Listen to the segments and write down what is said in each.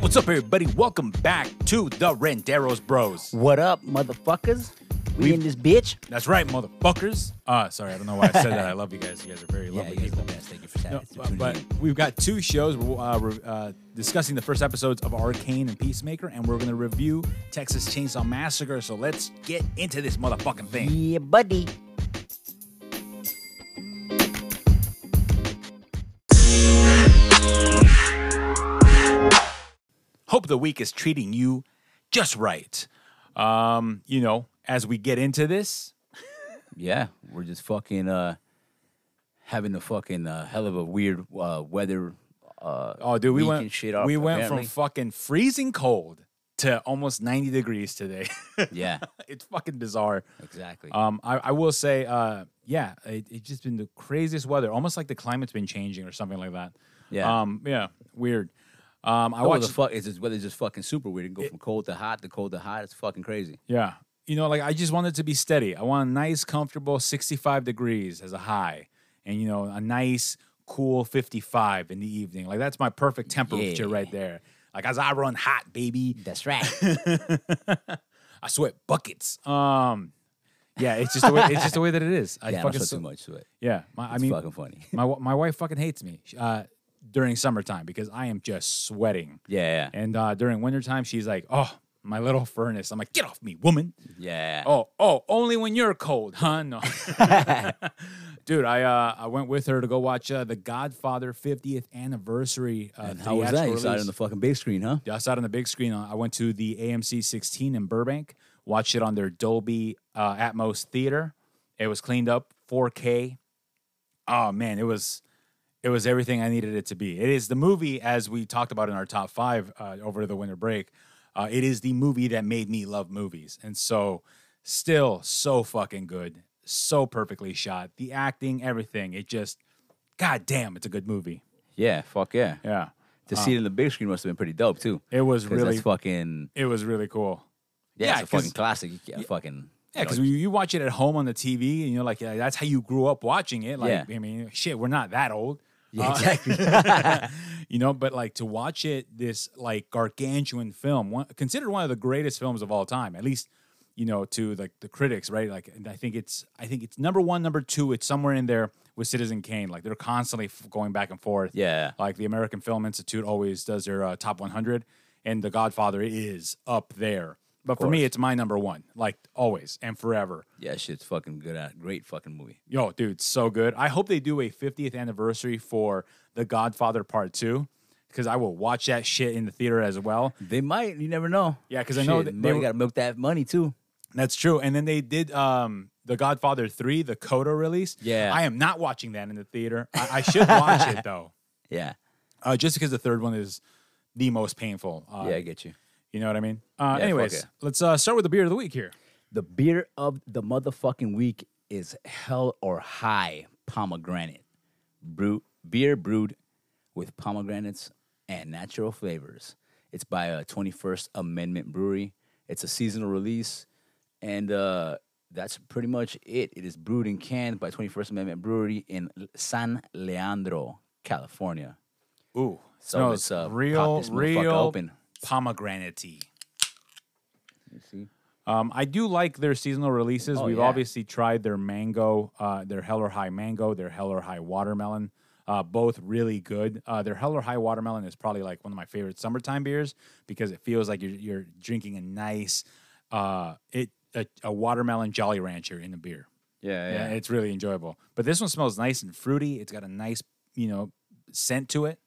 What's up, everybody? Welcome back to the Renderos Bros. What up, motherfuckers? We, in this bitch. That's right, motherfuckers. Uh, sorry, I don't know why I said that. I love you guys. You guys are very Yeah, lovely you guys are people. the best. Thank you for that. No, but, but we've got two shows. We're uh, re- uh, discussing the first episodes of Arcane and Peacemaker, and we're going to review Texas Chainsaw Massacre. So let's get into this motherfucking thing. yeah, buddy. Hope the week is treating you just right. Um, you know, as we get into this, Yeah, we're just fucking uh, having a fucking uh, hell of a weird uh, weather. Uh, Oh, dude, we week went and shit off, we went apparently. from fucking freezing cold to almost 90 degrees today. yeah, it's fucking bizarre. exactly. Um, I, I will say, uh, yeah, it, it's just been the craziest weather. Almost like the climate's been changing or something like that. Yeah. Um, yeah. Weird. Um, I oh, watched. the fuck is this weather just fucking super weird? It can go from cold to hot to cold to hot. It's fucking crazy. yeah. You know, like I just want it to be steady. I want a nice, comfortable 65 degrees as a high, and you know, a nice, cool 55 in the evening. Like that's my perfect temperature Yeah. right there. Like as I run hot, baby. That's right. I sweat buckets. Um, yeah, it's just the way, it's just the way that it is. I Yeah, I don't fucking sweat too so- much to it. Yeah, my, I It's mean, fucking funny. my wa- my wife fucking hates me sh- uh, during summertime because I am just sweating, Yeah, yeah, and uh, during wintertime she's like, "Oh, my little furnace." I'm like, "Get off me, woman!" yeah. Oh, oh, only when you're cold, huh? No, dude, I uh, I went with her to go watch uh, the Godfather 50th anniversary. Uh, And how was that? theatrical You saw it release. on the fucking big screen, huh? Yeah, I saw it on the big screen. Uh, I went to the AMC 16 in Burbank, watched it on their Dolby uh, Atmos theater. It was cleaned up 4K. Oh man, it was it was everything I needed it to be. It is the movie as we talked about in our top five uh, over the winter break. Uh, it is the movie that made me love movies, and so still so fucking good, so perfectly shot. The acting, everything. It just, god damn, it's a good movie. Yeah, fuck yeah. Yeah, Uh. To see it on the big screen must have been pretty dope too. it was 'Cause really that's fucking it was really cool. yeah, Yeah, it's a fucking 'cause- classic. You can't fucking Yeah, you know, because you, you watch it at home on the TV, and you're like, yeah, that's how you grew up watching it. Like, Yeah. I mean, shit, we're not that old. Yeah, Uh, exactly. you know, but like to watch it, this like gargantuan film, one, considered one of the greatest films of all time, at least, you know, to like the critics, right? Like, and I think it's, I think it's number one, number two. It's somewhere in there with Citizen Kane. Like, they're constantly f- going back and forth. Yeah. Like the American Film Institute always does their uh, top 100, and The Godfather is up there. But for me, it's my number one, like always and forever. yeah, shit's fucking good. At great fucking movie. Yo, dude, so good. I hope they do a 50th anniversary for The Godfather Part 2 because I will watch that shit in the theater as well. They might. You never know. Yeah, 'cause I know Shit, that they they were- got to milk that money too. That's true. And then they did um The Godfather 3, the Coda release. Yeah. I am not watching that in the theater. I, I should watch it though, Yeah, uh, just because the third one is the most painful. Uh, yeah, I get you. You know what I mean? Uh, fuck anyways, it. let's uh, start with the beer of the week here. The beer of the motherfucking week is Hell or High Pomegranate. Brew, beer brewed with pomegranates and natural flavors. It's by uh, 21st Amendment Brewery. It's a seasonal release, and uh, that's pretty much it. It is brewed and canned by 21st Amendment Brewery in L- San Leandro, California. Ooh, So smells it's, uh, pop real, this motherfucker real open. pomegranate tea. You see? Um, I do like their seasonal releases. Oh, We've yeah. obviously tried their mango, uh, their Heller High mango, their Heller High watermelon. Uh, both really good. Uh, their Heller High watermelon is probably like one of my favorite summertime beers because it feels like you're, you're drinking a nice uh, it a, a watermelon Jolly Rancher in a beer. Yeah, Yeah, it's really enjoyable. But this one smells nice and fruity. It's got a nice you know scent to it.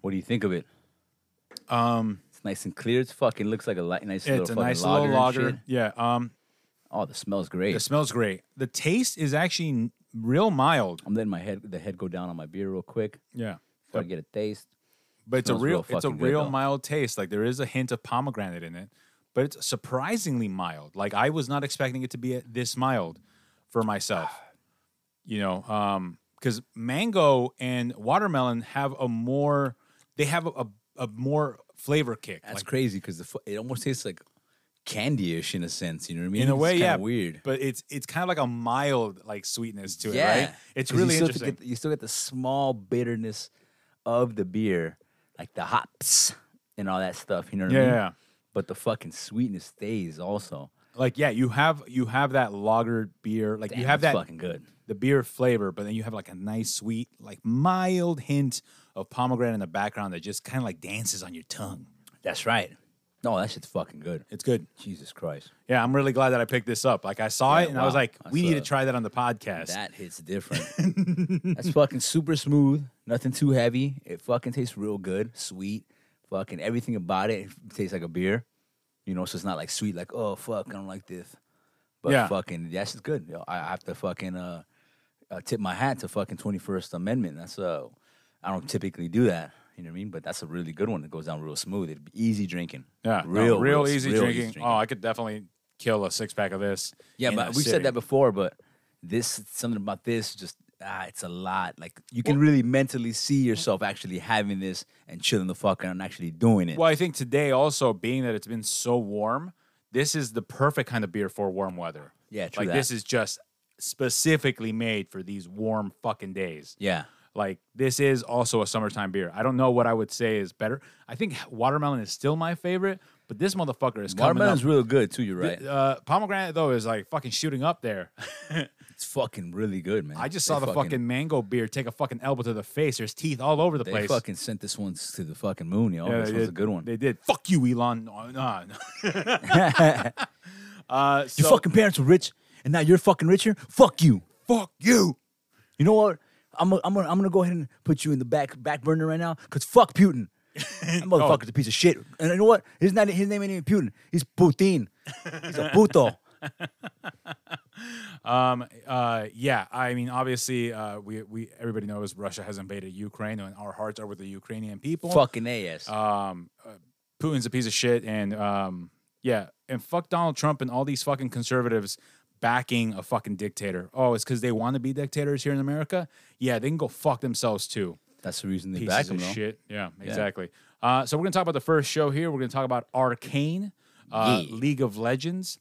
What do you think of it? Um, It's nice and clear. It's fucking looks like a li- nice little it's a fucking nice lager. little and shit. lager. Yeah. Um, Oh, the smell's great. it smells great. The taste is actually n- real mild. I'm letting my head the head go down on my beer real quick Yeah. before I get a taste. But it's a Smells real, real it's a fucking good, real though. mild taste. Like there is a hint of pomegranate in it, but it's surprisingly mild. Like I was not expecting it to be uh, this mild for myself. You know, um, because mango and watermelon have a more, they have a, a, a more flavor kick. That's like, crazy because it almost tastes like candyish in a sense. You know what I mean? in a It's way, kinda yeah, Weird. But it's it's kind of like a mild like sweetness to it, right? It's 'Cause you really still have to interesting. Get, you still get the small bitterness of the beer, like the hops and all that stuff. You know what Yeah, I mean? yeah, yeah. But the fucking sweetness stays also. Like yeah, you have you have that lager beer, like Damn, you have that's that fucking good. the beer flavor, but then you have like a nice sweet, like mild hint of pomegranate in the background that just kind of like dances on your tongue. That's right. No, that shit's fucking good. It's good. Jesus Christ. Yeah, I'm really glad that I picked this up. Like I saw Yeah, it and I was wow. like, I we need saw to it. try that on the podcast. That hits different. That's fucking super smooth. Nothing too heavy. It fucking tastes real good, sweet. Fucking everything about it, it tastes like a beer. You know, so it's not like sweet, like oh fuck, I don't like this. But Yeah. fucking, that's just good. Yo, I I have to fucking uh, uh, tip my hat to fucking Twenty First Amendment. That's uh, I don't typically do that. You know what I mean? But that's a really good one. It goes down real smooth. It'd be easy drinking. yeah, no, real, real, s- easy real drinking. Oh, I could definitely kill a six pack of this. yeah, in a but we've sitting. said that before, but this something about this just ah, it's a lot. Like you can really mentally see yourself actually having this and chilling the fuck out and actually doing it. Well, I think today also being that it's been so warm, this is the perfect kind of beer for warm weather. Yeah, true Like that. this is just specifically made for these warm fucking days. Yeah, Like this is also a summertime beer. I don't know what I would say is better. I think watermelon is still my favorite, but this motherfucker is coming watermelon's real good too. You're up. right. Uh, pomegranate though is like fucking shooting up there. It's fucking really good, man. I just They saw the fucking, mango beer take a fucking elbow to the face. There's teeth all over the They place. fucking sent this one to the fucking moon, yo. Yeah, Oh, this they one's did. a good one. They did. Fuck you, Elon. No, no, no. uh, so, Your fucking parents were rich, and now you're fucking richer. Fuck you. fuck you. You know what? I'm gonna, I'm gonna, I'm gonna go ahead and put you in the back back burner right now, cause fuck Putin. That motherfucker's a piece of shit. And you know what? His not his name ain't even Putin. He's Putin. He's a puto. Uh, yeah, I mean, obviously, uh, we we everybody knows Russia has invaded Ukraine, and our hearts are with the Ukrainian people. Fucking ass. Uh, Putin's a piece of shit, and um, yeah, and fuck Donald Trump and all these fucking conservatives backing a fucking dictator. Oh, it's because they want to be dictators here in America. Yeah, they can go fuck themselves too. That's the reason they pieces back him. of though. shit. Yeah, exactly. Uh, so we're gonna talk about the first show here. We're gonna talk about Arcane, uh, Yeah. League of Legends.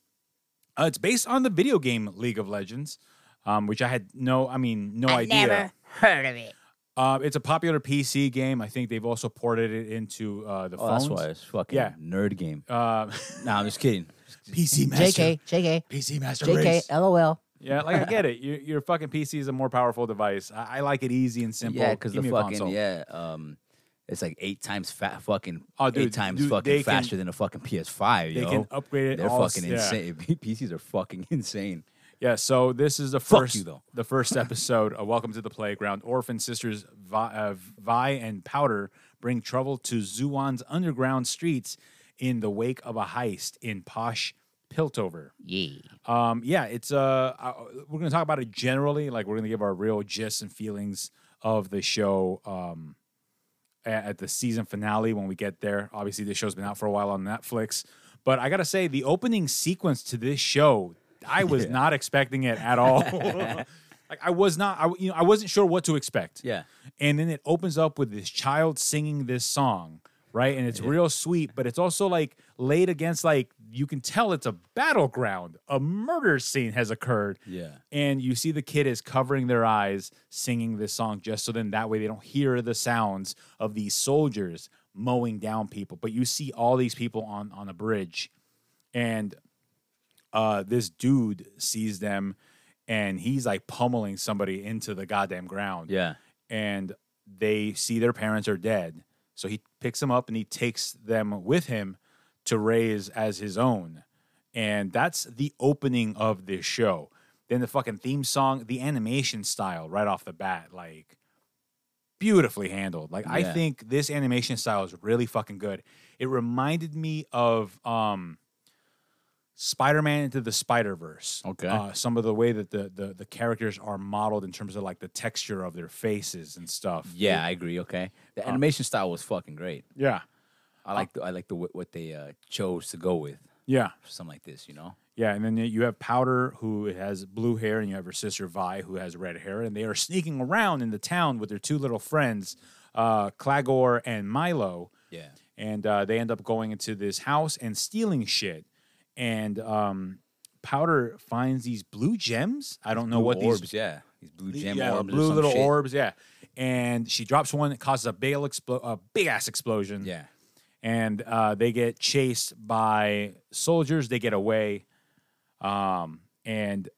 Uh, it's based on the video game League of Legends, um, which I had no, I mean, no idea. never heard of it. Uh, it's a popular PC game. I think they've also ported it into uh, the Oh, phones. that's why it's fucking Yeah. nerd game. Uh, nah, I'm just kidding. PC Master, JK, JK, PC Master JK, Race. uh, LOL. Yeah, like I get it. Your, your fucking PC is a more powerful device. I, I like it easy and simple. Yeah, because Give the me a fucking console. yeah, um, it's like eight times fat fucking Oh, dude, eight times dude, they fucking can- faster than a fucking PS5. they yo. can upgrade it They're all- fucking yeah. insane. PCs are fucking insane. Yeah, so this is the Fuck first you, though. the first episode of Welcome to the Playground. Orphan sisters Vi, uh, Vi and Powder bring trouble to Zuwan's underground streets in the wake of a heist in posh Piltover. Yeah. Um, yeah, it's uh, I, we're gonna talk about it generally. Like we're gonna give our real gists and feelings of the show. Um, a- at the season finale when we get there. Obviously, this show's been out for a while on Netflix, but I gotta say, the opening sequence to this show, I was not expecting it at all. like I was not, I you know, I wasn't sure what to expect. Yeah. and then it opens up with this child singing this song. Right, and it's real sweet, but it's also like laid against like you can tell it's a battleground. A murder scene has occurred, Yeah. and you see the kid is covering their eyes singing this song just so then that way they don't hear the sounds of these soldiers mowing down people but you see all these people on on a bridge and uh this dude sees them and he's like pummeling somebody into the goddamn ground Yeah. and they see their parents are dead. So he picks them up and he takes them with him to raise as his own. And that's the opening of this show. Then the fucking theme song, the animation style right off the bat, like beautifully handled. Like I Yeah. think this animation style is really fucking good. It reminded me of um Spider-Man into the Spider-Verse. Okay. Uh, some of the way that the, the the characters are modeled in terms of like the texture of their faces and stuff. Yeah, I agree. Okay, the animation style was fucking great. Yeah. I like the, I like the wh- what they uh, chose to go with Yeah. for something like this. You know, Yeah, and then you have Powder, who has blue hair, and you have her sister Vi, who has red hair, and they are sneaking around in the town with their two little friends, uh, Clagor and Milo. Yeah. and uh, they end up going into this house and stealing shit, and um, Powder finds these blue gems. I don't know what orbs, these yeah. These blue gem yeah, orbs. or blue some little shit. orbs, yeah. And she drops one that causes a big explo- a big ass explosion. Yeah. and uh, they get chased by soldiers. They get away, um, and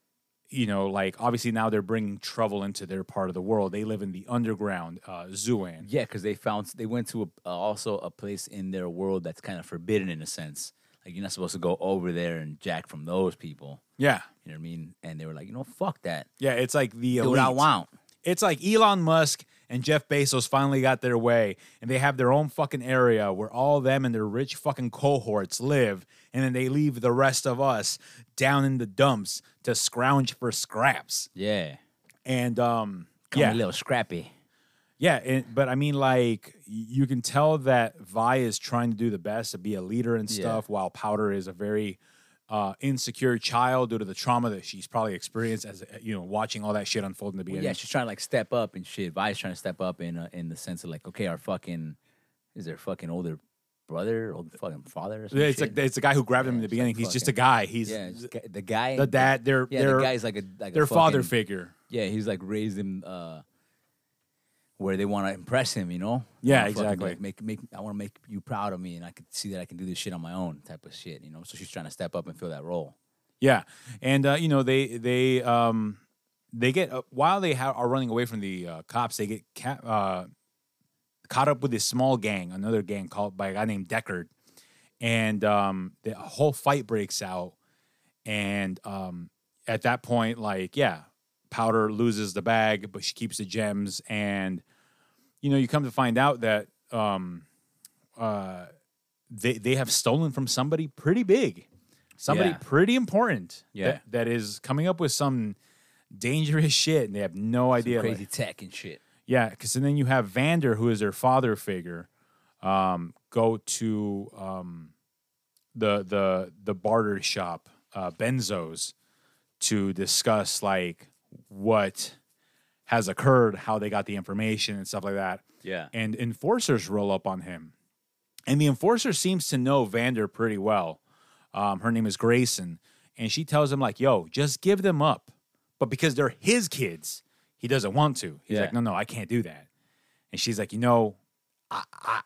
you know, like obviously now they're bringing trouble into their part of the world. They live in the underground uh, Zuan. Yeah, because they found they went to a, uh, also a place in their world that's kind of forbidden in a sense. Like you're not supposed to go over there and jack from those people. Yeah, You know what I mean? And they were like, you know, fuck that. yeah. It's like the Do what I elite. want. It's like Elon Musk and Jeff Bezos finally got their way, and they have their own fucking area where all them and their rich fucking cohorts live, and then they leave the rest of us down in the dumps to scrounge for scraps. Yeah. And um, Come yeah, a little scrappy. Yeah, and, but I mean, like y- you can tell that Vi is trying to do the best to be a leader and Yeah. stuff, while Powder is a very uh, insecure child due to the trauma that she's probably experienced as uh, you know watching all that shit unfold in the Well, beginning. yeah, she's trying to like step up and shit. Vi's trying to step up in uh, in the sense of like, okay, our fucking is their fucking older brother, old fucking father. Or some Yeah, it's shit? like it's the guy who grabbed him in the it's beginning. like He's just a fucking- guy. He's yeah, it's g- the guy, the dad. Their Yeah, their the guy's like a like their a father fucking- figure. Yeah, he's like raised him uh, where they want to impress him, you know? Yeah, Fucking, like, exactly. make make I want to make you proud of me, and I can see that I can do this shit on my own, type of shit, you know. So she's trying to step up and fill that role. Yeah, and uh, you know they they um they get uh, while they ha- are running away from the uh, cops, they get ca- uh, caught up with this small gang, another gang called by a guy named Deckard, and um, the a whole fight breaks out. And um, at that point, like yeah, Powder loses the bag, but she keeps the gems, and you know you come to find out that um, uh, they they have stolen from somebody pretty big, somebody Yeah. pretty important. Yeah. that- that is coming up with some dangerous shit, and they have no Some idea. like- crazy tech and shit. yeah, because then you have Vander, who is their father figure, um, go to um, the the the barter shop, uh, Benzo's, to discuss like what has occurred, how they got the information, and stuff like that. Yeah. And enforcers roll up on him, and the enforcer seems to know Vander pretty well. Um, her name is Grayson, and she tells him like, "Yo, just give them up." But because they're his kids, he doesn't want to. He's like, Yeah. "No, no, I can't do that." And she's like, "You know, I, I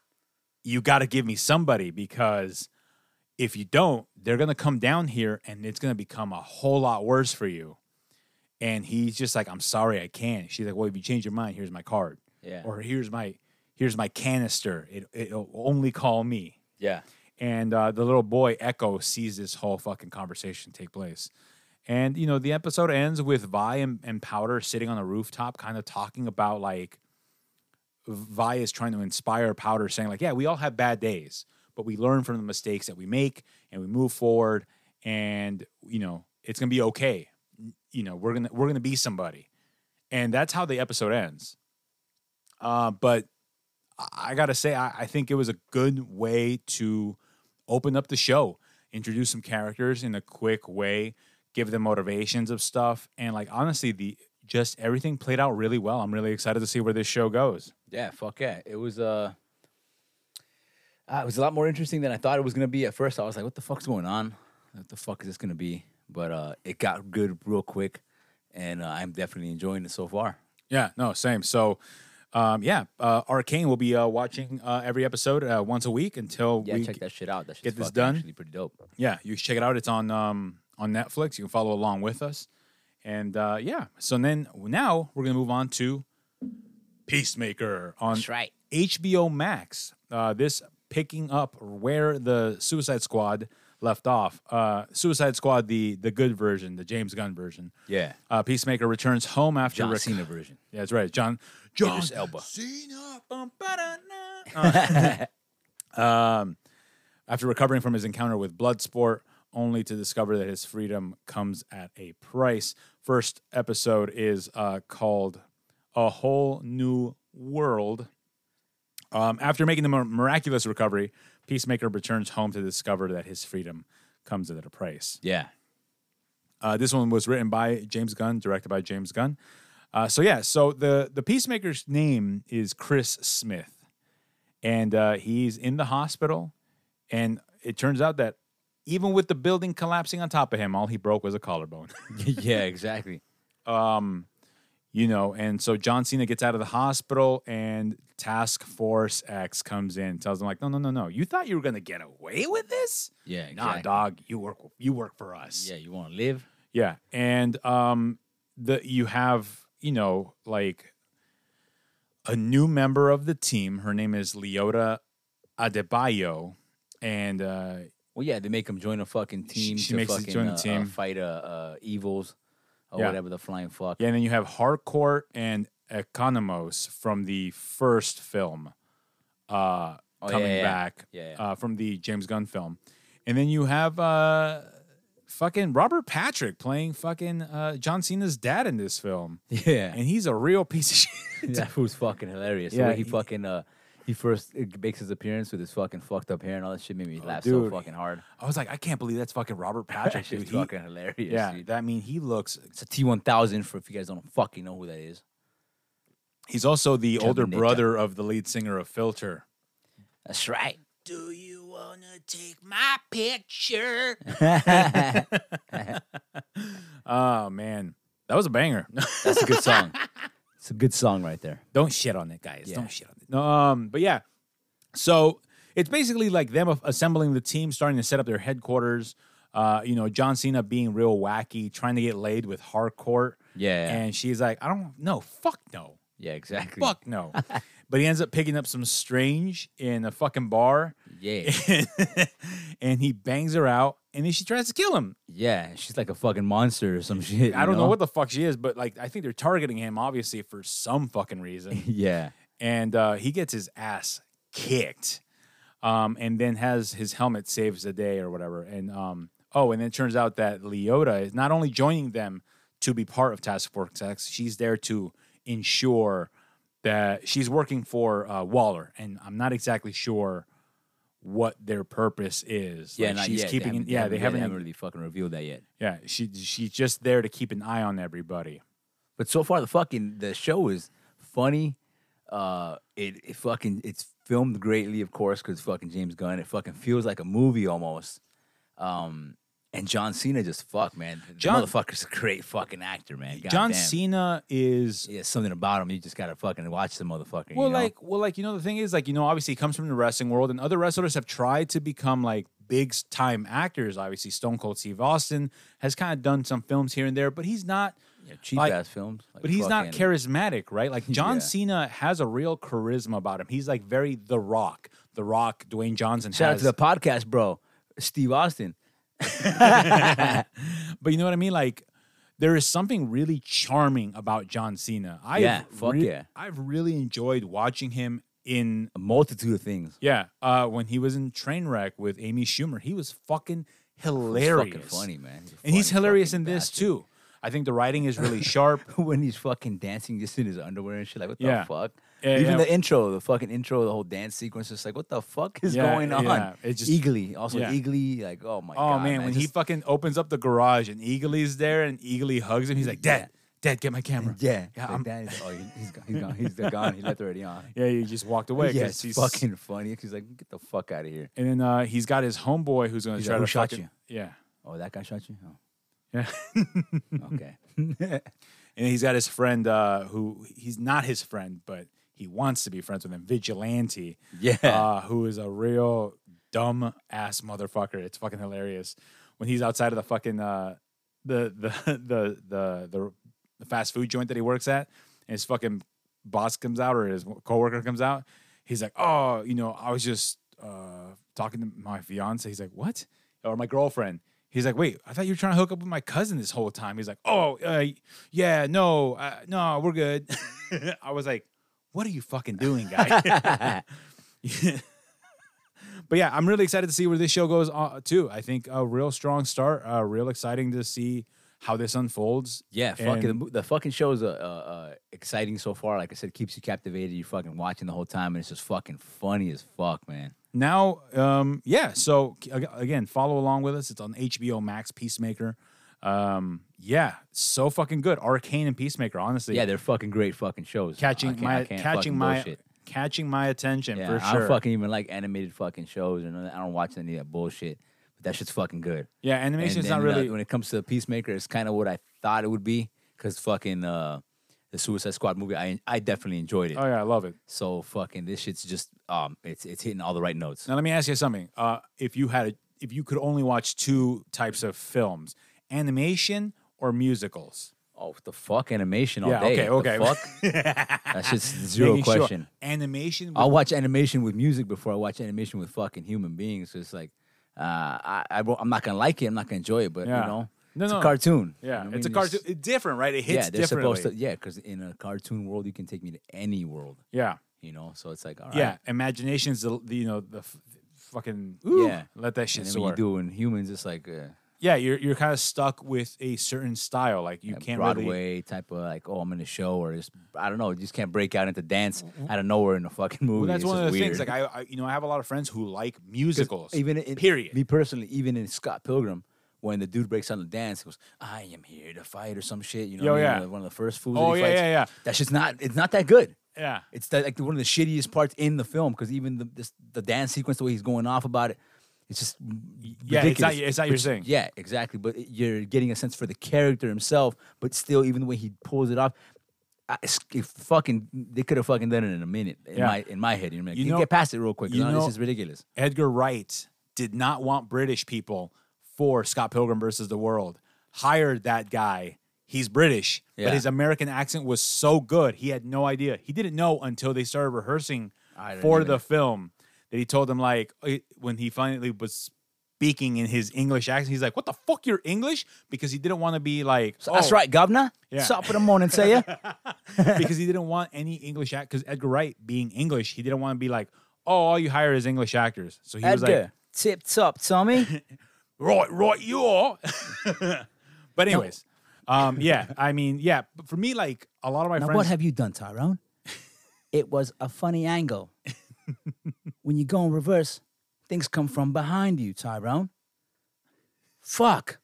you got to give me somebody because if you don't, they're gonna come down here and it's gonna become a whole lot worse for you." And he's just like, "I'm sorry, I can't." She's like, "Well, if you change your mind, here's my card, Yeah. or here's my here's my canister. It, it'll only call me." yeah. and uh, the little boy Echo sees this whole fucking conversation take place. And you know, the episode ends with Vi and, and Powder sitting on a rooftop, kind of talking about like Vi is trying to inspire Powder, saying like, "Yeah, we all have bad days, but we learn from the mistakes that we make and we move forward, and you know, it's gonna be okay. You know, we're gonna we're gonna be somebody." And that's how the episode ends. Uh, but I I gotta say, I, I think it was a good way to open up the show, introduce some characters in a quick way, give them motivations of stuff, and like honestly, the just everything played out really well. I'm really excited to see where this show goes. Yeah, fuck yeah. It was uh, uh it was a lot more interesting than I thought it was gonna be at first. I was like, what the fuck's going on? What the fuck is this gonna be? But uh it got good real quick and uh, I'm definitely enjoying it so far. Yeah, no, same. So, um, yeah, uh, Arcane will be uh, watching uh, every episode uh, once a week until Yeah, we check that shit out. That shit's get this fucking done. actually pretty dope. yeah, you should check it out. It's on um, on Netflix. You can follow along with us, and uh, yeah. So then now we're gonna move on to Peacemaker on That's right. HBO Max. Uh, this picking up where the Suicide Squad left off. Uh, Suicide Squad, the the good version, the James Gunn version. Yeah. Uh, Peacemaker returns home after John rec- Cena version. Yeah, that's right, John. John Idris Elba. Cena. Bum, ba-da-na. Uh, um, after recovering from his encounter with Bloodsport, only to discover that his freedom comes at a price. First episode is uh, called "A Whole New World." Um, after making the mir- miraculous recovery, Peacemaker returns home to discover that his freedom comes at a price. Yeah. Uh, this one was written by James Gunn, directed by James Gunn. Uh, so yeah, so the the peacemaker's name is Chris Smith, and uh, he's in the hospital, and it turns out that Even with the building collapsing on top of him, all he broke was a collarbone. Um, yeah, exactly. you know, and so John Cena gets out of the hospital and Task Force X comes in, tells him like, "No, no, no, no. You thought you were going to get away with this? Yeah, Nah, exactly. dog, you work you work for us." Yeah, you want to live? Yeah, and um, the you have you know like a new member of the team. Her name is Leota Adebayo, and uh, Well, yeah, they make him join a fucking team. she to makes him fucking, join the uh, uh, team. fight uh, uh evils or Yeah. whatever the flying fuck. yeah, and then you have Harcourt and Economos from the first film uh, Oh, yeah, coming yeah, yeah. back Yeah, yeah. Uh, from the James Gunn film, and then you have uh, fucking Robert Patrick playing fucking uh, John Cena's dad in this film, Yeah, and he's a real piece of shit. that fool's fucking hilarious. Yeah, the way he he- fucking uh, he first uh, makes his appearance with his fucking fucked up hair and all that shit made me laugh dude. so fucking hard. I was like, I can't believe that's fucking Robert That Patrick, dude. shit's He- fucking hilarious. yeah, dude. that I mean, he looks. it's a T one thousand for if you guys don't fucking know who that is. He's also the older Terminator. brother of the lead singer of Filter. That's right. Do you wanna take my picture? Oh man, that was a banger. That's a good song. it's a good song right there. Don't shit on it, guys. Yeah. Don't shit on it. No, um, but yeah. So it's basically like them a- assembling the team, starting to set up their headquarters. Uh, you know, John Cena being real wacky, trying to get laid with Harcourt. Yeah. And she's like, I don't no, fuck no. Yeah, exactly. Fuck no. but he ends up picking up some strange in a fucking bar. Yeah. and he bangs her out and then she tries to kill him. Yeah, she's like a fucking monster or some shit. I don't know? what the fuck she is, but like I think they're targeting him obviously for some fucking reason. Yeah. and uh, he gets his ass kicked. Um, and then has his helmet saves the day or whatever. And um, oh, and then it turns out that Leota is not only joining them to be part of Task Force X, she's there to ensure that she's working for uh, Waller. And I'm not exactly sure what their purpose is. Yeah, Like, not she's yet. keeping. haven't- yeah, they haven't. haven't really fucking revealed that yet. yeah, she she's just there to keep an eye on everybody. But so far, the fucking the show is funny. Uh, it, it fucking it's filmed greatly, of course, because fucking James Gunn. It fucking feels like a movie almost. Um, and John Cena just fuck man. The John- motherfucker's a great fucking actor, man. God John damn. Cena is Yeah, something about him. You just gotta fucking watch the motherfucker. you Well, know? like, well, like, you know, the thing is, like, you know, obviously, he comes from the wrestling world, and other wrestlers have tried to become like big time actors. Obviously, Stone Cold Steve Austin has kind of done some films here and there, but he's not. Yeah, cheap like- ass films. Like But he's not fucking- charismatic, right? Like John Yeah. Cena has a real charisma about him. He's like very The Rock, The Rock, Dwayne Johnson. Shout out has, to the podcast, bro. Steve Austin. but you know what I mean? Like there is something really charming about John Cena. I Yeah, fuck yeah. I've really enjoyed watching him in A multitude of things. Yeah, uh, when he was in Trainwreck with Amy Schumer, he was fucking He's hilarious. fucking funny, man. He's a and he's funny hilarious fucking in this bastard. too. I think the writing is really sharp. when he's fucking dancing just in his underwear and shit, like what Yeah. the fuck? Yeah, Even yeah. the intro, the fucking intro, the whole dance sequence, just like what the fuck is Yeah, going on? yeah, it just- Eagly, also yeah. Eagly, like oh Oh my god, man, when he just- fucking opens up the garage and Eagly's there and Eagly hugs him, he's like, "Dad, Dad, get my camera." yeah, yeah, yeah, I'm- like that is, oh, he- he's gone, he's gone, he's gone, he left already on. yeah, he just walked away yeah, because it's he's fucking funny. He's like, get the fuck out of here. And then uh, he's got his homeboy who's going to He's try like, to "Who shot fucking- Yeah, Oh, that guy shot you. Oh, yeah. okay. And he's got his friend uh, who he's not his friend, but he wants to be friends with him, Vigilante. Yeah. Uh, who is a real dumb ass motherfucker. It's fucking hilarious. When he's outside of the fucking uh, the, the the the the the fast food joint that he works at, and his fucking boss comes out or his coworker comes out, he's like, "Oh, you know, I was just uh, talking to my fiance." He's like, "What?" Or my girlfriend. He's like, "Wait, I thought you were trying to hook up with my cousin this whole time." He's like, "Oh, uh, yeah, no, uh, no, we're good." I was like, "What are you fucking doing, guy?" but yeah, I'm really excited to see where this show goes uh, too. I think a real strong start, uh, real exciting to see how this unfolds. Yeah, fucking the And- mo- the fucking show is uh, uh, uh, exciting so far. Like I said, keeps you captivated. You fucking watching the whole time, and it's just fucking funny as fuck, man. now, um, yeah. So ag- again, follow along with us. It's on HBO Max, Peacemaker. Um, yeah, so fucking good. Arcane and Peacemaker, honestly. Yeah, they're fucking great fucking shows. I catching can't- I my can't catching fucking my bullshit. catching my attention Yeah, for I sure. don't fucking even like animated fucking shows, and I don't watch any of that bullshit. But That shit's fucking good. Yeah, animation's and not then, uh, really. when it comes to Peacemaker, it's kind of what I thought it would be because fucking uh, the Suicide Squad movie, I I definitely enjoyed it. oh yeah, I love it. So fucking this shit's just um, it's it's hitting all the right notes. Now let me ask you something. Uh, if you had, a, if you could only watch two types of films, animation or musicals, Oh, the fuck animation all Yeah, day. okay, The okay. fuck? That's just zero Making sure question. Animation. With, I'll watch animation with music before I watch animation with fucking human beings. So it's like, uh, I, I won't- I'm not gonna like it. I'm not gonna enjoy it. But Yeah. you know, No, it's no. a cartoon. you yeah, know what I it's a mean? cartoon. It's different, right? It hits yeah, they're differently. supposed to. Yeah, because in a cartoon world, you can take me to any world. yeah, You know, so it's like, all right. yeah. Imagination's the, the you know the f- fucking Yeah. Let that shit And then when soar. you do it in humans, it's like uh, yeah, you're you're kind of stuck with a certain style. Like you can't Broadway really. type of like, oh, I'm in a show, or just I don't know, you just can't break out into dance out of nowhere in a fucking movie. Well, that's It's one just of the weird. things. Like I, I, you know, I have a lot of friends who like musicals. even in, period. Me personally, even in Scott Pilgrim, when the dude breaks on the dance, he goes, "I am here to fight" or some shit. You know, Yo, what yeah. I mean? One of the- one of the first fools. Oh, that he yeah, fights. yeah, yeah. That shit's not. It's not that good. yeah. It's that, like one of the shittiest parts in the film because even the this, the dance sequence, the way he's going off about it, it's just Yeah, it's not- it's not your But- thing. Yeah, exactly. But it- you're getting a sense for the character himself, but still, even the way he pulls it off. I, it's- if fucking they could have fucking done it in a minute in Yeah. my in my head you know, what I mean? You Can you know- get past it real quick you No, know- this is ridiculous Edgar Wright did not want British people for Scott Pilgrim versus the World. Hired that guy. He's British, Yeah. but his American accent was so good. He had no idea. He didn't know until they started rehearsing I didn't for even- the film that he told them like eh, when he finally was speaking in his English accent, he's like, "What the fuck, you're English?" Because he didn't want to be like, That's "Oh," right, governor. Yeah. Stop for the morning, say ya. because he didn't want any English act. Because Edgar Wright being English, he didn't want to be like, "Oh, all you hire is English actors." So he was like, Edgar, tip top, Tommy. Right, right, you are. but anyways, um, yeah, I mean, yeah. But for me, like a lot of my Now, friends, what have you done, Tyrone? it was a funny angle. when you go in reverse, things come from behind you, Tyrone. Fuck.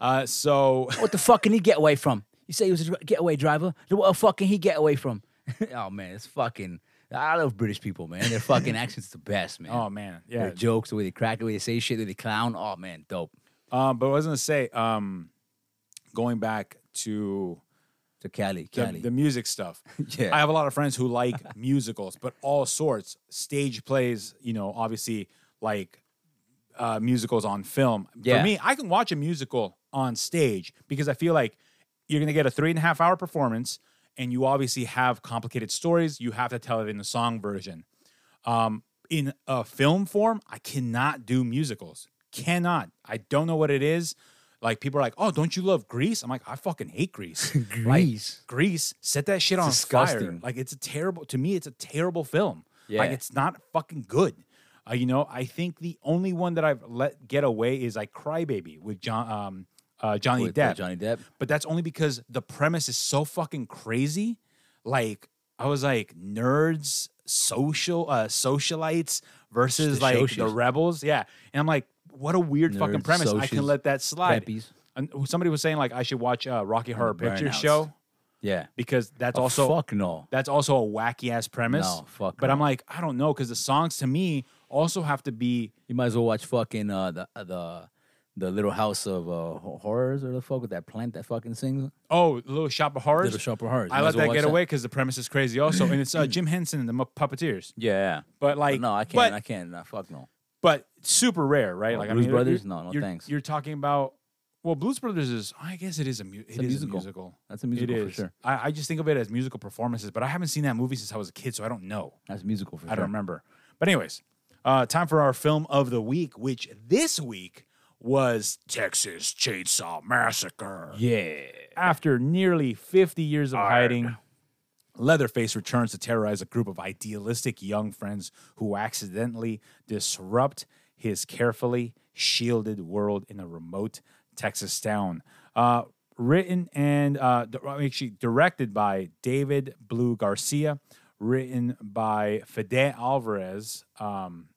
uh, so What the fuck can he get away from? You say he was a dri- getaway driver. Then What the fuck can he get away from? oh man, it's fucking. I love British people, man. Their fucking accents the best, man. oh man, yeah. Their jokes, the way they crack, the way they say shit, the way they clown. Oh man, dope. Um, but what I was gonna say, um, going back to So Cali, the, Cali. the music stuff. Yeah. I have a lot of friends who like musicals, but all sorts, stage plays, you know, obviously like uh, musicals on film. Yeah. For me, I can watch a musical on stage because I feel like you're going to get a three and a half hour performance and you obviously have complicated stories. You have to tell it in the song version. Um, in a film form, I cannot do musicals. Cannot. I don't know what it is. Like people are like, "Oh, don't you love Grease?" I'm like, "I fucking hate Grease." Grease. like, Grease. Set that shit on fire. disgusting. Like it's a terrible. To me, it's a terrible film. Yeah. Like it's not fucking good. Uh, you know, I think the only one that I've let get away is like Crybaby with John um, uh, Johnny With, uh, Depp Johnny Depp. but that's only because the premise is so fucking crazy. Like I was like nerds, social uh socialites versus The like the socials. rebels. Yeah. And I'm like, what a weird fucking Nerds, premise. I can socials, let that slide. preppies. And somebody was saying like I should watch uh, Rocky Horror Picture Burnouts. Show Yeah. because that's Oh, also fuck no. that's also a wacky ass premise. No, fuck but I'm no. like, I don't know, because the songs to me also have to be You might as well watch fucking uh, the uh, the the Little House of uh, Ho- Horrors or the fuck with that plant that fucking sings. oh, Little Shop of Horrors. Little Shop of Horrors. I Might let as well that watch get that. away because the premise is crazy also. and it's uh, Jim Henson and the Mu- Puppeteers. Yeah. But like, no, I can't. But, I can't. Nah, fuck no. but super rare, right? Oh, like, Blues I mean, Brothers? you're- No, no you're- thanks. You're talking about well, Blues Brothers is. I guess it is a, mu- it a is musical. a musical. That's a musical It for is. sure. I, I just think of it as musical performances, but I haven't seen that movie since I was a kid, so I don't know. That's musical for I sure. don't remember. But anyways, uh, time for our film of the week, which this week was Texas Chainsaw Massacre. Yeah. After nearly 50 years of hiding, Leatherface returns to terrorize a group of idealistic young friends who accidentally disrupt his carefully shielded world in a remote Texas town. Uh, written and uh, di- well, actually directed by David Blue Garcia, written by Fede Alvarez, um,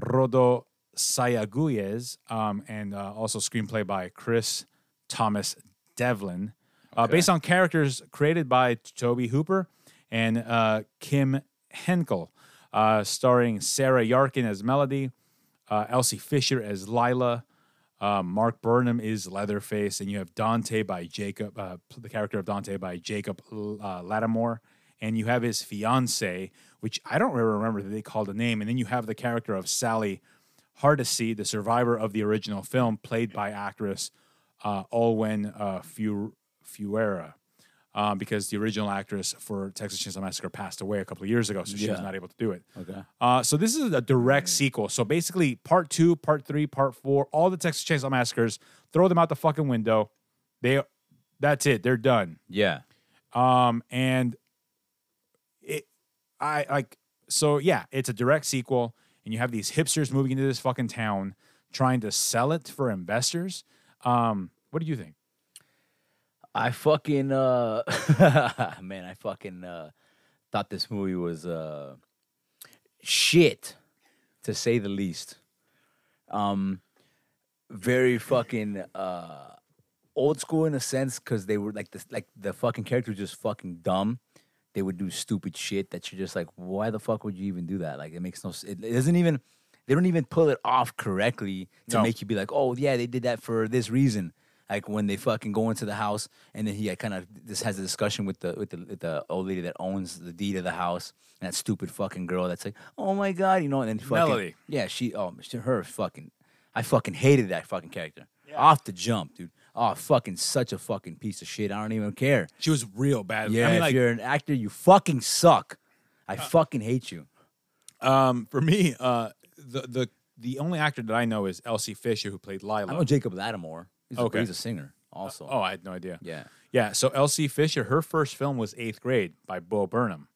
Rodo Sayaguyes, um, and uh, also screenplay by Chris Thomas Devlin, uh, based on characters created by Toby Hooper and uh, Kim Henkel, uh, starring Sarah Yarkin as Melody, uh, Elsie Fisher as Lila. Um, Mark Burnham is Leatherface, and you have Dante by Jacob, uh, pl- the character of Dante by Jacob L- uh, Lattimore, and you have his fiance, which I don't really remember that they called a name, and then you have the character of Sally Hardesty, the survivor of the original film, played by actress uh, Olwen uh, Fu- Fuera, um, because the original actress for Texas Chainsaw Massacre passed away a couple of years ago, so she was Yeah. not able to do it. Okay. Uh, so this is a direct sequel. So basically, part two, part three, part four, all the Texas Chainsaw Massacres, throw them out the fucking window. They, that's it. They're done. Yeah. Um, and it, I like, so yeah, it's a direct sequel, and you have these hipsters moving into this fucking town, trying to sell it for investors. Um, what do you think? I fucking uh man, I fucking uh thought this movie was uh shit to say the least. Um very fucking uh old school in a sense cuz they were like the like the fucking character was just fucking dumb. They would do stupid shit that you're just like why the fuck would you even do that? Like it makes no s- it, it doesn't even they don't even pull it off correctly to No. make you be like, "Oh, yeah, they did that for this reason." Like when they fucking go into the house and then he like, kind of just has a discussion with the with the with the old lady that owns the deed of the house and that stupid fucking girl that's like, "Oh my god," you know, and then fucking Melody. yeah, she. Oh, she, her fucking. I fucking hated that fucking character off the jump, dude. Oh, fucking such a fucking piece of shit. I don't even care. She was real bad. Yeah, I mean, if like, Uh, you're an actor, you fucking suck. I fucking hate you. um, for me, uh, the the the only actor that I know is Elsie Fisher, who played Lila. I know Jacob Lattimore. He's a, uh, Okay. he's a singer also. oh, I had no idea. yeah. Yeah, so Elsie Fisher, her first film was Eighth Grade by Bo Burnham,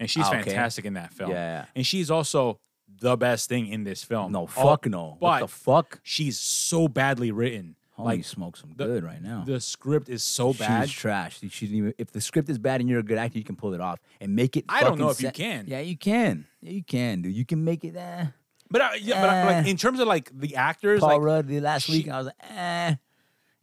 and she's Ah, okay. fantastic in that film. Yeah. and she's also the best thing in this film. No, Oh, fuck no. But what the fuck? she's so badly written. Homie like you smoke some the- good right now. the script is so bad. She's trash. She didn't even. If the script is bad and you're a good actor, you can pull it off and make it. I don't know fucking if you sa- can. Yeah, you can. Yeah, you can, dude. You can make it. Eh. but I, yeah, but I, like Eh. in terms of like the actors, Paul like Rudd the last week, she- I was like, eh.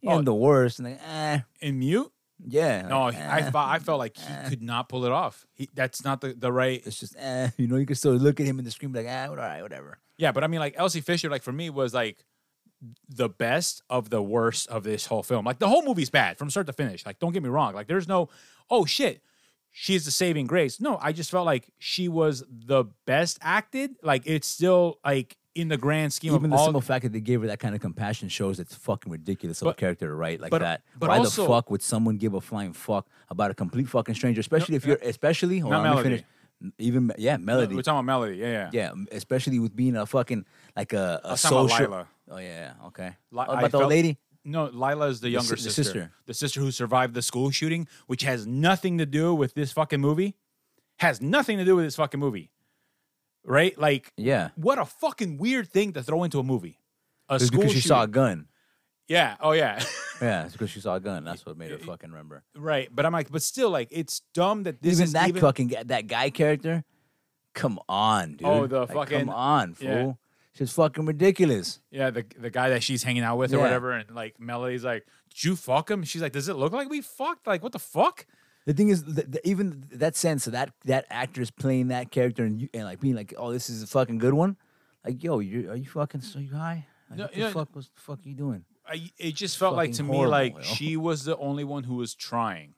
He Oh. ain't the worst. And like, eh. in mute, Yeah. no, like, I eh. fe- I felt like he could not pull it off. He, that's not the the right It's just, eh. You know, you can still look at him in the screen, be like, eh, all right, whatever. Yeah, but I mean, like Elsie Fisher, like for me was like the best of the worst of this whole film. Like the whole movie's bad from start to finish. Like don't get me wrong. Like there's no, oh shit, she's the saving grace. No, I just felt like she was the best acted. Like it's still like in the grand scheme Even of the all. simple fact that they gave her that kind of compassion shows it's fucking ridiculous of a But- character to write like but- that. but Why also- the fuck would someone give a flying fuck about a complete fucking stranger, especially if you're, especially, hold not on, let me Melody. finish. M- Even, yeah, we're Melody. talking about Melody. Yeah, yeah. Yeah, m- especially with being a fucking like a, a was talking about social. Lila. Oh yeah, okay. Li- oh, I about the felt- old lady. No, Lila is the younger si- the sister, sister. the sister who survived the school shooting, which has nothing to do with this fucking movie. Has nothing to do with this fucking movie, right? Like Yeah, what a fucking weird thing to throw into a movie. A it's school because she saw a shooting. gun. Yeah. Oh yeah. Yeah, it's because she saw a gun. That's what made her fucking remember. right. But I'm like, but still, like, it's dumb that this even is that even. fucking guy, that guy character. Come on, dude. Oh, the Like, fucking- Come on, fool. yeah. She's fucking ridiculous. yeah, the the guy that she's hanging out with or Yeah. whatever, and like Melody's like, "Did you fuck him?" She's like, "Does it look like we fucked? Like, what the fuck?" The thing is, th- th- even th- that sense of that that actress playing that character and you, and like being like, oh, this is a fucking good one. Like, yo, you are you fucking so you high? Like, No, what the yeah. fuck was the fuck you doing? I, it just felt like to Fucking me horrible, like yo. she was the only one who was trying,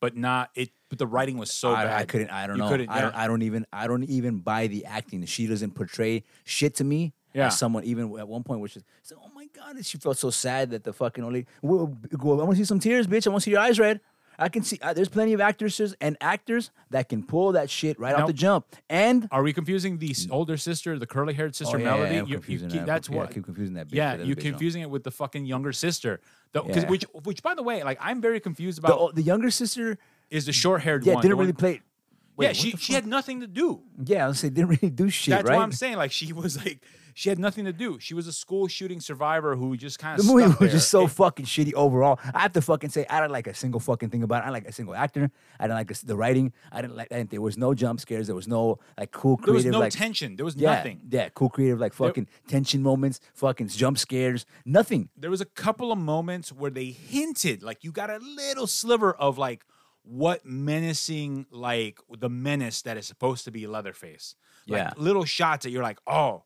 but not it. But the writing was so I, bad. I couldn't. I don't You know. couldn't- I, don't, yeah. I don't even. I don't even buy the acting. She doesn't portray shit to me. Yeah. As someone even at one point was just so. Oh my god! and She felt so sad that the fucking only. Well, I want to see some tears, bitch. I want to see your eyes red. I can see. Uh, there's plenty of actresses and actors that can pull that shit right Nope. off the jump. And Oh, Are we confusing the s- older sister, the curly-haired sister, Mm. yeah, yeah, Melody? I'm You- you confusing keep- that. that's Yeah, I what keep confusing that bitch Yeah, with that you're bitch, huh? confusing it with the fucking younger sister. The, 'cause Yeah. Which, which, by the way, like I'm very confused the, about o- the younger sister, is the short-haired yeah, one. the didn't one- really play. yeah, wait, what she the she had nothing to do. Yeah, I was say didn't really do shit. That's right? what I'm saying. Like she was like she had nothing to do. She was a school shooting survivor who just kind The of movie was stuck there. just so It- fucking shitty overall. I have to fucking say I don't like a single fucking thing about it. I don't like a single actor. I didn't like the s- the writing. I didn't like. I didn't, there was no jump scares. There was no like cool there creative was no like tension. There was yeah, nothing. Yeah, cool creative like fucking tension moments. Fucking jump scares. Nothing. There was a couple of moments where they hinted, like you got a little sliver of like what menacing, like the menace that is supposed to be Leatherface. Like Yeah. little shots that you're like, oh,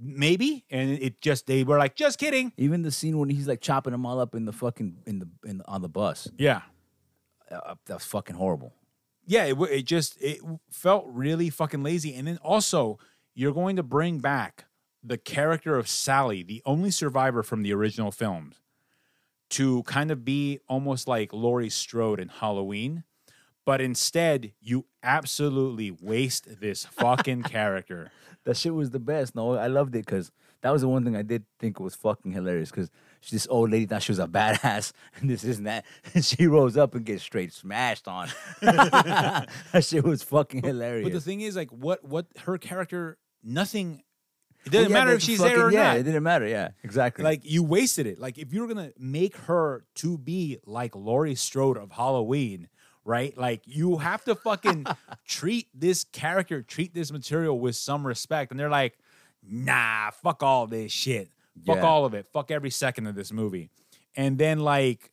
maybe. And it just they were like, just kidding. Even the scene when he's like chopping them all up in the fucking in the in the, on the bus. Yeah, Uh, that was fucking horrible. yeah. It, w- it just it w- felt really fucking lazy. And then also, you're going to bring back the character of Sally, the only survivor from the original films, to kind of be almost like Laurie Strode in Halloween. But instead, you absolutely waste this fucking character. That shit was the best. No, I loved it because that was the one thing I did think was fucking hilarious because this old lady thought she was a badass and this isn't that. And she rose up and gets straight smashed on. that shit was fucking hilarious. But the thing is, like, what what her character, nothing. It Well, doesn't yeah, matter but if she's fucking- there or yeah, It not. didn't matter. Yeah, exactly. Like you wasted it. Like if you were gonna make her to be like Laurie Strode of Halloween, right? Like you have to fucking treat this character, treat this material with some respect. And they're like, nah, fuck all this shit. Fuck Yeah. all of it. Fuck every second of this movie. And then like,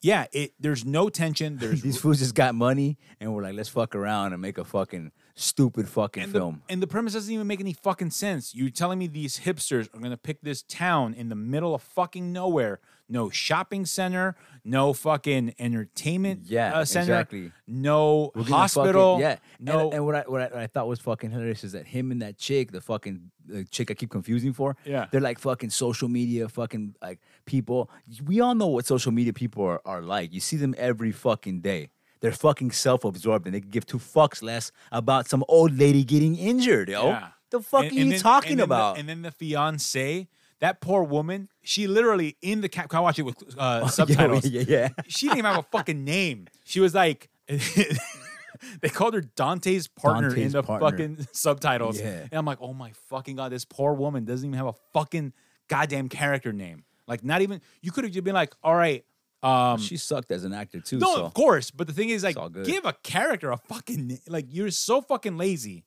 yeah, it there's no tension. There's these fools just got money and we're like, let's fuck around and make a fucking stupid fucking and film. The, and the premise doesn't even make any fucking sense. You telling me these hipsters are gonna pick this town in the middle of fucking nowhere? No shopping center, no fucking entertainment Yeah, uh, center, exactly. no We're gonna fucking- hospital, yeah. And- no. And, what, I, what I what I thought was fucking hilarious is that him and that chick, the fucking the chick I keep confusing for, Yeah. they're like fucking social media fucking like people. We all know what social media people are, are like. You see them every fucking day. They're fucking self absorbed and they give two fucks less about some old lady getting injured, yo. yeah. oh, The fuck And- are and you then- talking and then the- about? and then the fiance, that poor woman, she literally in the cap. I watch it with uh, subtitles. yeah, yeah, yeah. She didn't even have a fucking name. She was like, they called her Dante's partner in Dante's the partner. fucking subtitles. Yeah. And I'm like, oh my fucking god, this poor woman doesn't even have a fucking goddamn character name. Like, not even you could have just been like, all right, um, she sucked as an actor too. no, so. of course. But the thing is, like, all good. give a character a fucking na- like. You're so fucking lazy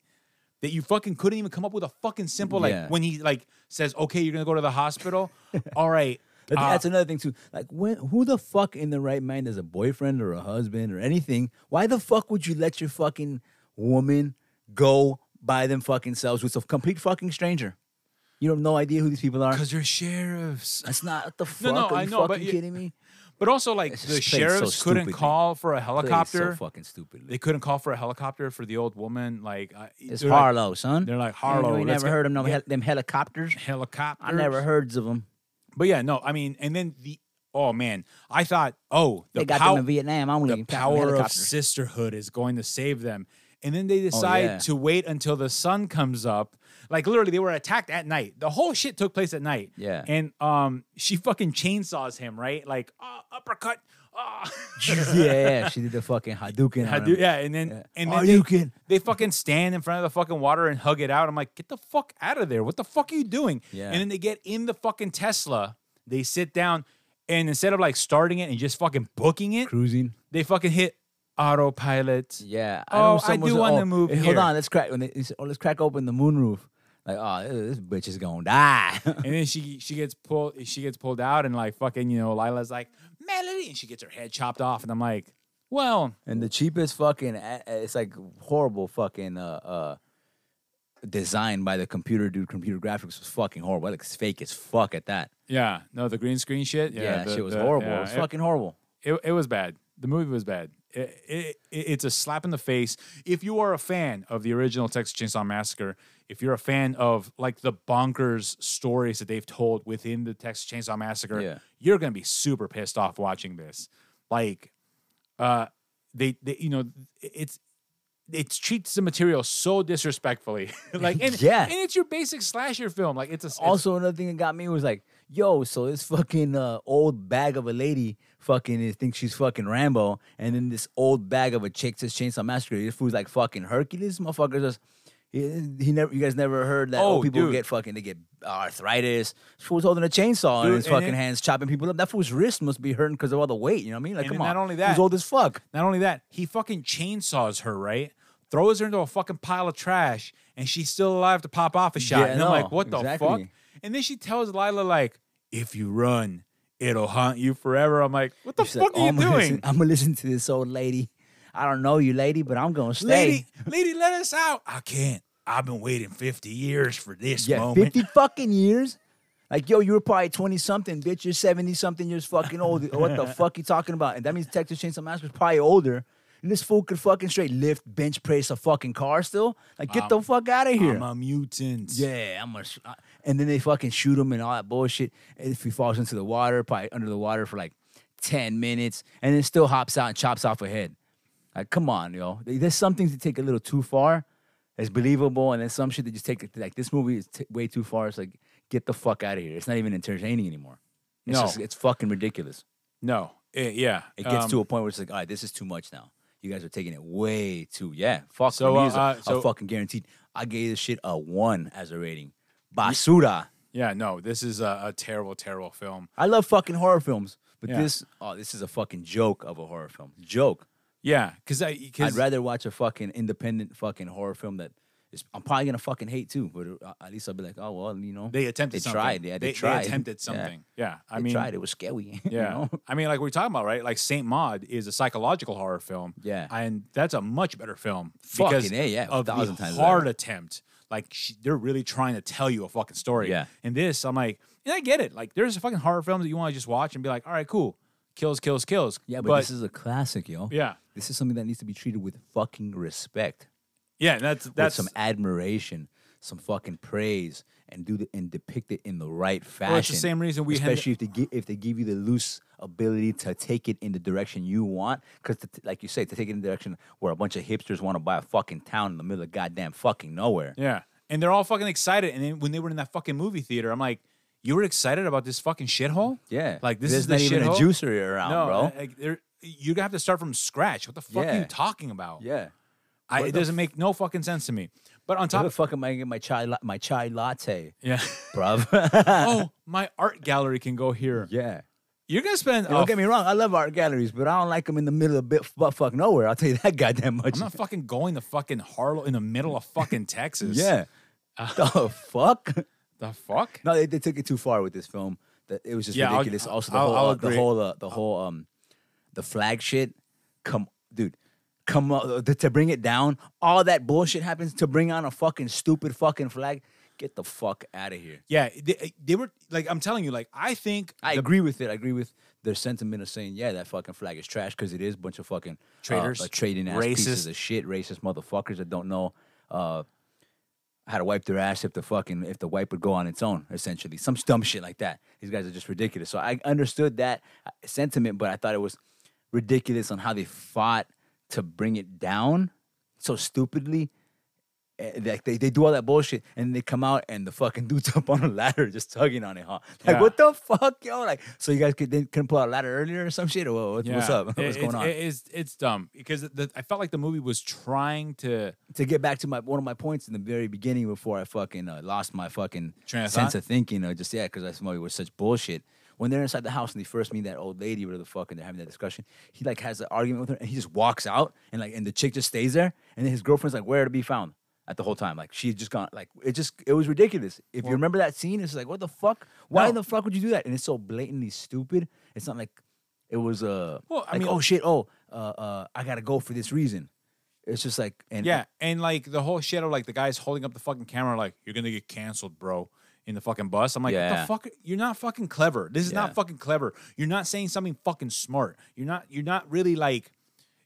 that you fucking couldn't even come up with a fucking simple like Yeah. when he like says, okay, you're gonna go to the hospital. all right. I think uh, that's another thing too. Like, when who the fuck in the right mind is a boyfriend or a husband or anything? Why the fuck would you let your fucking woman go by them fucking selves with a complete fucking stranger? You have no idea who these people are. Cause you're sheriffs. That's not what the No, fuck. no, are you I know, but fucking you- kidding me? But also, like It's the just played so sheriffs couldn't stupidly. call for a Plays helicopter. So fucking stupidly. they couldn't call for a helicopter for the old woman. Like I- It's they're like, Harlow, son. they're like, You- "Harlow, You ain't let's never get- heard of them, yeah." hel- them helicopters? helicopter. I never heard of them. But yeah, no. I mean, and then the oh man, I thought oh the They got pow- them in Vietnam only. the got them power of helicopters. sisterhood is going to save them. And then they decide yeah. to wait until the sun comes up. Like literally, they were attacked at night. The whole shit took place at night. Yeah. And um, she fucking chainsaws him, right? Like ah, uppercut. ah. yeah, yeah, she did the fucking Hadouken. on Hadu- him. yeah, and then and then Are they, you kidding? they fucking stand in front of the fucking water and hug it out. I'm like, get the fuck out of there! What the fuck are you doing? Yeah. And then they get in the fucking Tesla. They sit down, and instead of like starting it and just fucking booking it, Cruising. they fucking hit autopilot. Yeah. Oh, I someone's do like, wanna "Oh, move hey, here." Hold on, let's crack. When they, they say, oh, let's crack open the moonroof. Like, oh, this bitch is gonna die. And then she she gets pulled she gets pulled out and like fucking you know Lila's like Melody and she gets her head chopped off and I'm like, well, And the cheapest fucking, a- a- it's like horrible fucking uh, uh, design by the computer dude. Computer graphics was fucking horrible. It looks fake as fuck at that. yeah, no, the green screen shit, yeah, Yeah, that the- shit was the- horrible. yeah, it was it- fucking horrible. It, it was bad. The movie was bad. It, it, it- it's a slap in the face. If you are a fan of the original Texas Chainsaw Massacre, if you're a fan of like the bonkers stories that they've told within the Texas Chainsaw Massacre, Yeah. you're gonna be super pissed off watching this. Like, uh, they, they you know, it's it treats the material so disrespectfully. like, and Yeah. and it's your basic slasher film. Like, it's a it's- Also, another thing that got me was like, yo, so this fucking uh, old bag of a lady fucking is, thinks she's fucking Rambo, and then this old bag of a chick says Chainsaw Massacre. This fool's like fucking Hercules. Motherfucker just. He, he never. You guys never heard that? Oh, old people dude. get fucking. They get arthritis. This fool's holding a chainsaw Dude, in his and fucking it- hands, chopping people up. That fool's wrist must be hurting because of all the weight. You know what I mean? Like, And come then on. not only that- he's old as fuck. Not only that, he fucking chainsaws her, right? Throws her into a fucking pile of trash, and she's still alive to pop off a shot. Yeah, I and I'm like, know. what the fuck? Exactly. And then she tells Lila, like, if you run, it'll haunt you forever. I'm like, what the She's fuck like, are "Oh, I'm you gonna doing? Listen, I'm gonna listen to this old lady. I don't know you, lady, but I'm gonna stay. Lady, lady, let us out. I can't. I've been waiting 50 years for this Yeah, moment. 50 fucking years? Like, yo, you were probably 20 something, bitch. You're 70 something years fucking old. what the fuck you talking about? And that means Texas Chainsaw Massacre is probably older. And this fool could fucking straight lift, bench press a fucking car still. Like, get the fuck out of here. I'm a mutant. yeah, I'm gonna. Sh- I- and then they fucking shoot him and all that bullshit. And if he falls into the water, probably under the water for like 10 minutes, and then still hops out and chops off a head. Like, come on, yo. Th- There's some things that take a little too far. It's believable, and then some shit that just take like this movie is t- way too far. It's like get the fuck out of here. It's not even entertaining anymore. It's No. just- it's fucking ridiculous. No. Eh, yeah. It gets Um, to a point where it's like, all right, this is too much now. You guys are taking it way too. Yeah, fuck. So, So, uh, me, it's a- uh, a so- fucking guaranteed. I gave this shit a one as a rating. Basura. Yeah, no, this is a, a terrible, terrible film. I love fucking horror films, but Yeah. this, oh, this is a fucking joke of a horror film. Joke. Yeah, because I, I'd cause, rather watch a fucking independent fucking horror film that is. I'm probably gonna fucking hate too, but uh, at least I'll be like, oh well, you know, they attempted They something. tried, yeah, they they tried. attempted Yeah. something. Yeah. I They mean, tried. It was scary. you Yeah. know? I mean, like we're talking about, right? Like Saint Maud is a psychological horror film. Yeah. And that's a much better film Fucking because A, yeah, a of thousand the times hard better. attempt. Like sh they're really trying to tell you a fucking story. Yeah. And this, I'm like, and I get it. Like there's fucking horror films that you want to just watch and be like, all right, cool, kills, kills, kills. Yeah, but, this is a classic, yo. yeah, This is something that needs to be treated with fucking respect. yeah. and That's that's with some admiration, some fucking praise, and do the, and depict it in the right fashion. it's the same reason we had- especially if they give if they give you the loose ability to take it in the direction you want, because like you say, to take it in the direction where a bunch of hipsters want to buy a fucking town in the middle of goddamn fucking nowhere. Yeah. And they're all fucking excited. And then when they were in that fucking movie theater, I'm like, you were excited about this fucking shithole? Yeah, Like this There's is the not even shithole. a juicery around, no, uh, bro. Like, there- you have to start from scratch. What the fuck are Yeah. you talking about? yeah. I, What it the doesn't make no fucking sense to me. But on How top the of fuck am I gonna get my chai la- my chai latte, yeah, bruv? oh, my art gallery can go here. yeah. You're gonna spend. oh, Don't a get me wrong. I love art galleries, but I don't like them in the middle of bit butt fuck nowhere. I'll tell you that goddamn much. I'm not fucking going to fucking Harlow in the middle of fucking Texas. Yeah. Uh, the fuck? The fuck? No, they, they took it too far with this film. That it was just Yeah, I'll- ridiculous. also, the I'll- whole, I'll uh, the agree. whole, uh, the whole, um, the flag shit. Come, dude, come uh, to, to bring it down. All that bullshit happens to bring on a fucking stupid fucking flag. Get the fuck out of here. Yeah, they, they were like, I'm telling you, like, I think I the- agree with it. I agree with their sentiment of saying, yeah, that fucking flag is trash because it is a bunch of fucking Traitors, uh, uh, trading ass pieces racist. of shit, racist motherfuckers that don't know uh, how to wipe their ass if the fucking if the wipe would go on its own, essentially, some dumb shit like that. These guys are just ridiculous. So I understood that uh, sentiment, but I thought it was ridiculous on how they fought to bring it down so stupidly. Eh, Like they, they do all that bullshit and they come out and the fucking dude's up on a ladder just tugging on it, huh? Like Yeah. what the fuck, yo? Like so you guys could they couldn't pull out a ladder earlier or some shit or what, what- what's Yeah. up? It- what's it's- going on? it- it's it's dumb because the, I felt like the movie was trying to to get back to my one of my points in the very beginning before I fucking uh, lost my fucking Train of sense thought? of thinking or just yeah, because I smelled it was such bullshit. When they're inside the house and they first meet that old lady, where the fuck, and they're having that discussion, he like has an argument with her and he just walks out and like and the chick just stays there and then his girlfriend's like where to be found at the whole time like she had just gone like it just it was ridiculous. If you remember that scene, it's like what the fuck? Why No. the fuck would you do that? And it's so blatantly stupid. It's not like it was uh Well, I like, mean- oh shit oh uh, uh I gotta go for this reason. It's just like and yeah and like the whole shit of like the guys holding up the fucking camera like you're gonna get canceled bro in the fucking bus I'm like Yeah. what the fuck you're not fucking clever this is Yeah. not fucking clever you're not saying something fucking smart you're not you're not really like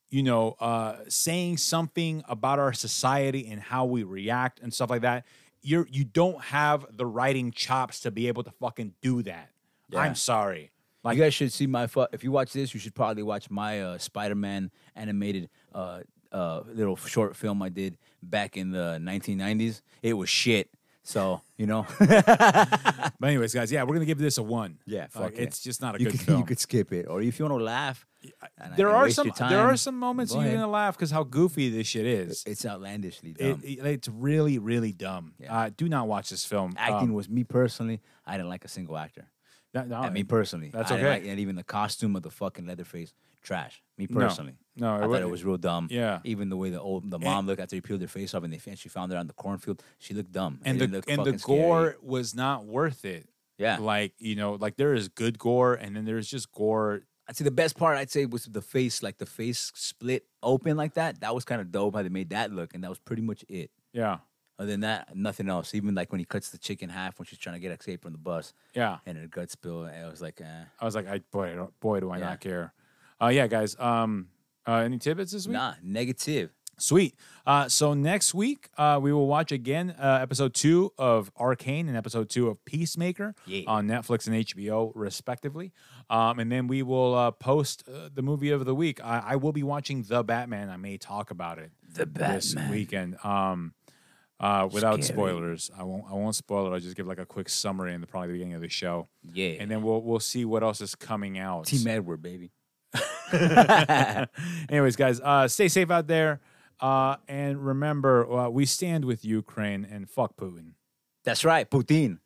you know uh saying something about our society and how we react and stuff like that you're you don't have the writing chops to be able to fucking do that I'm sorry like you guys should see my. Fu- if you watch this, you should probably watch my uh, Spider-Man animated uh, uh, little short film I did back in the 1990s. It was shit. So you know, But anyways, guys, yeah, we're gonna give this a one. Yeah, Like, fuck it. it's just not a you good could film. you could skip it, or if you want to laugh, and I- there and are waste some your time, there are some moments go you're ahead. um, gonna laugh because how goofy this shit is. It's outlandishly It, dumb. it- it's really really dumb. Uh, do not watch this film. Acting Um, was me personally. I didn't like a single actor. no, no, I mean, personally, that's I didn't okay. like- and even the costume of the fucking Leatherface, trash. Me personally, No, it I wa- thought it was real dumb. Yeah. even the way the old the mom looked after he peeled her face off and they fin- she found it on the cornfield, she looked dumb. It and didn't the look and the fucking scary. gore was not worth it. Yeah. like you know, like there is good gore, and then there's just gore. I'd say the best part I'd say was the face, like the face split open like that. That was kind of dope how they made that look, and that was pretty much it. Yeah, Other than that, nothing else. Even like when he cuts the chick in half when she's trying to get escape from the bus, Yeah. and her guts spill. I was like, eh. I was like, I boy, I don't- boy, do I Yeah. not care. Uh, yeah, guys. Um, uh, any tidbits this week? nah, negative. Sweet. Uh, so next week, uh, we will watch again uh, episode two of Arcane and episode two of Peacemaker Yeah. on Netflix and HBO, respectively. Um, and then we will uh, post uh, the movie of the week. I, I will be watching The Batman. I may talk about it The this weekend. Um, uh, without Scary. spoilers, I won't. I won't spoil it. I'll just give like a quick summary in the probably the beginning of the show, Yeah. and then we'll we'll see what else is coming out. Team Edward, baby. Anyways, guys, uh, stay safe out there. Uh, and remember, uh, we stand with Ukraine and fuck Putin. That's right, Putin.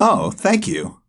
Oh, thank you.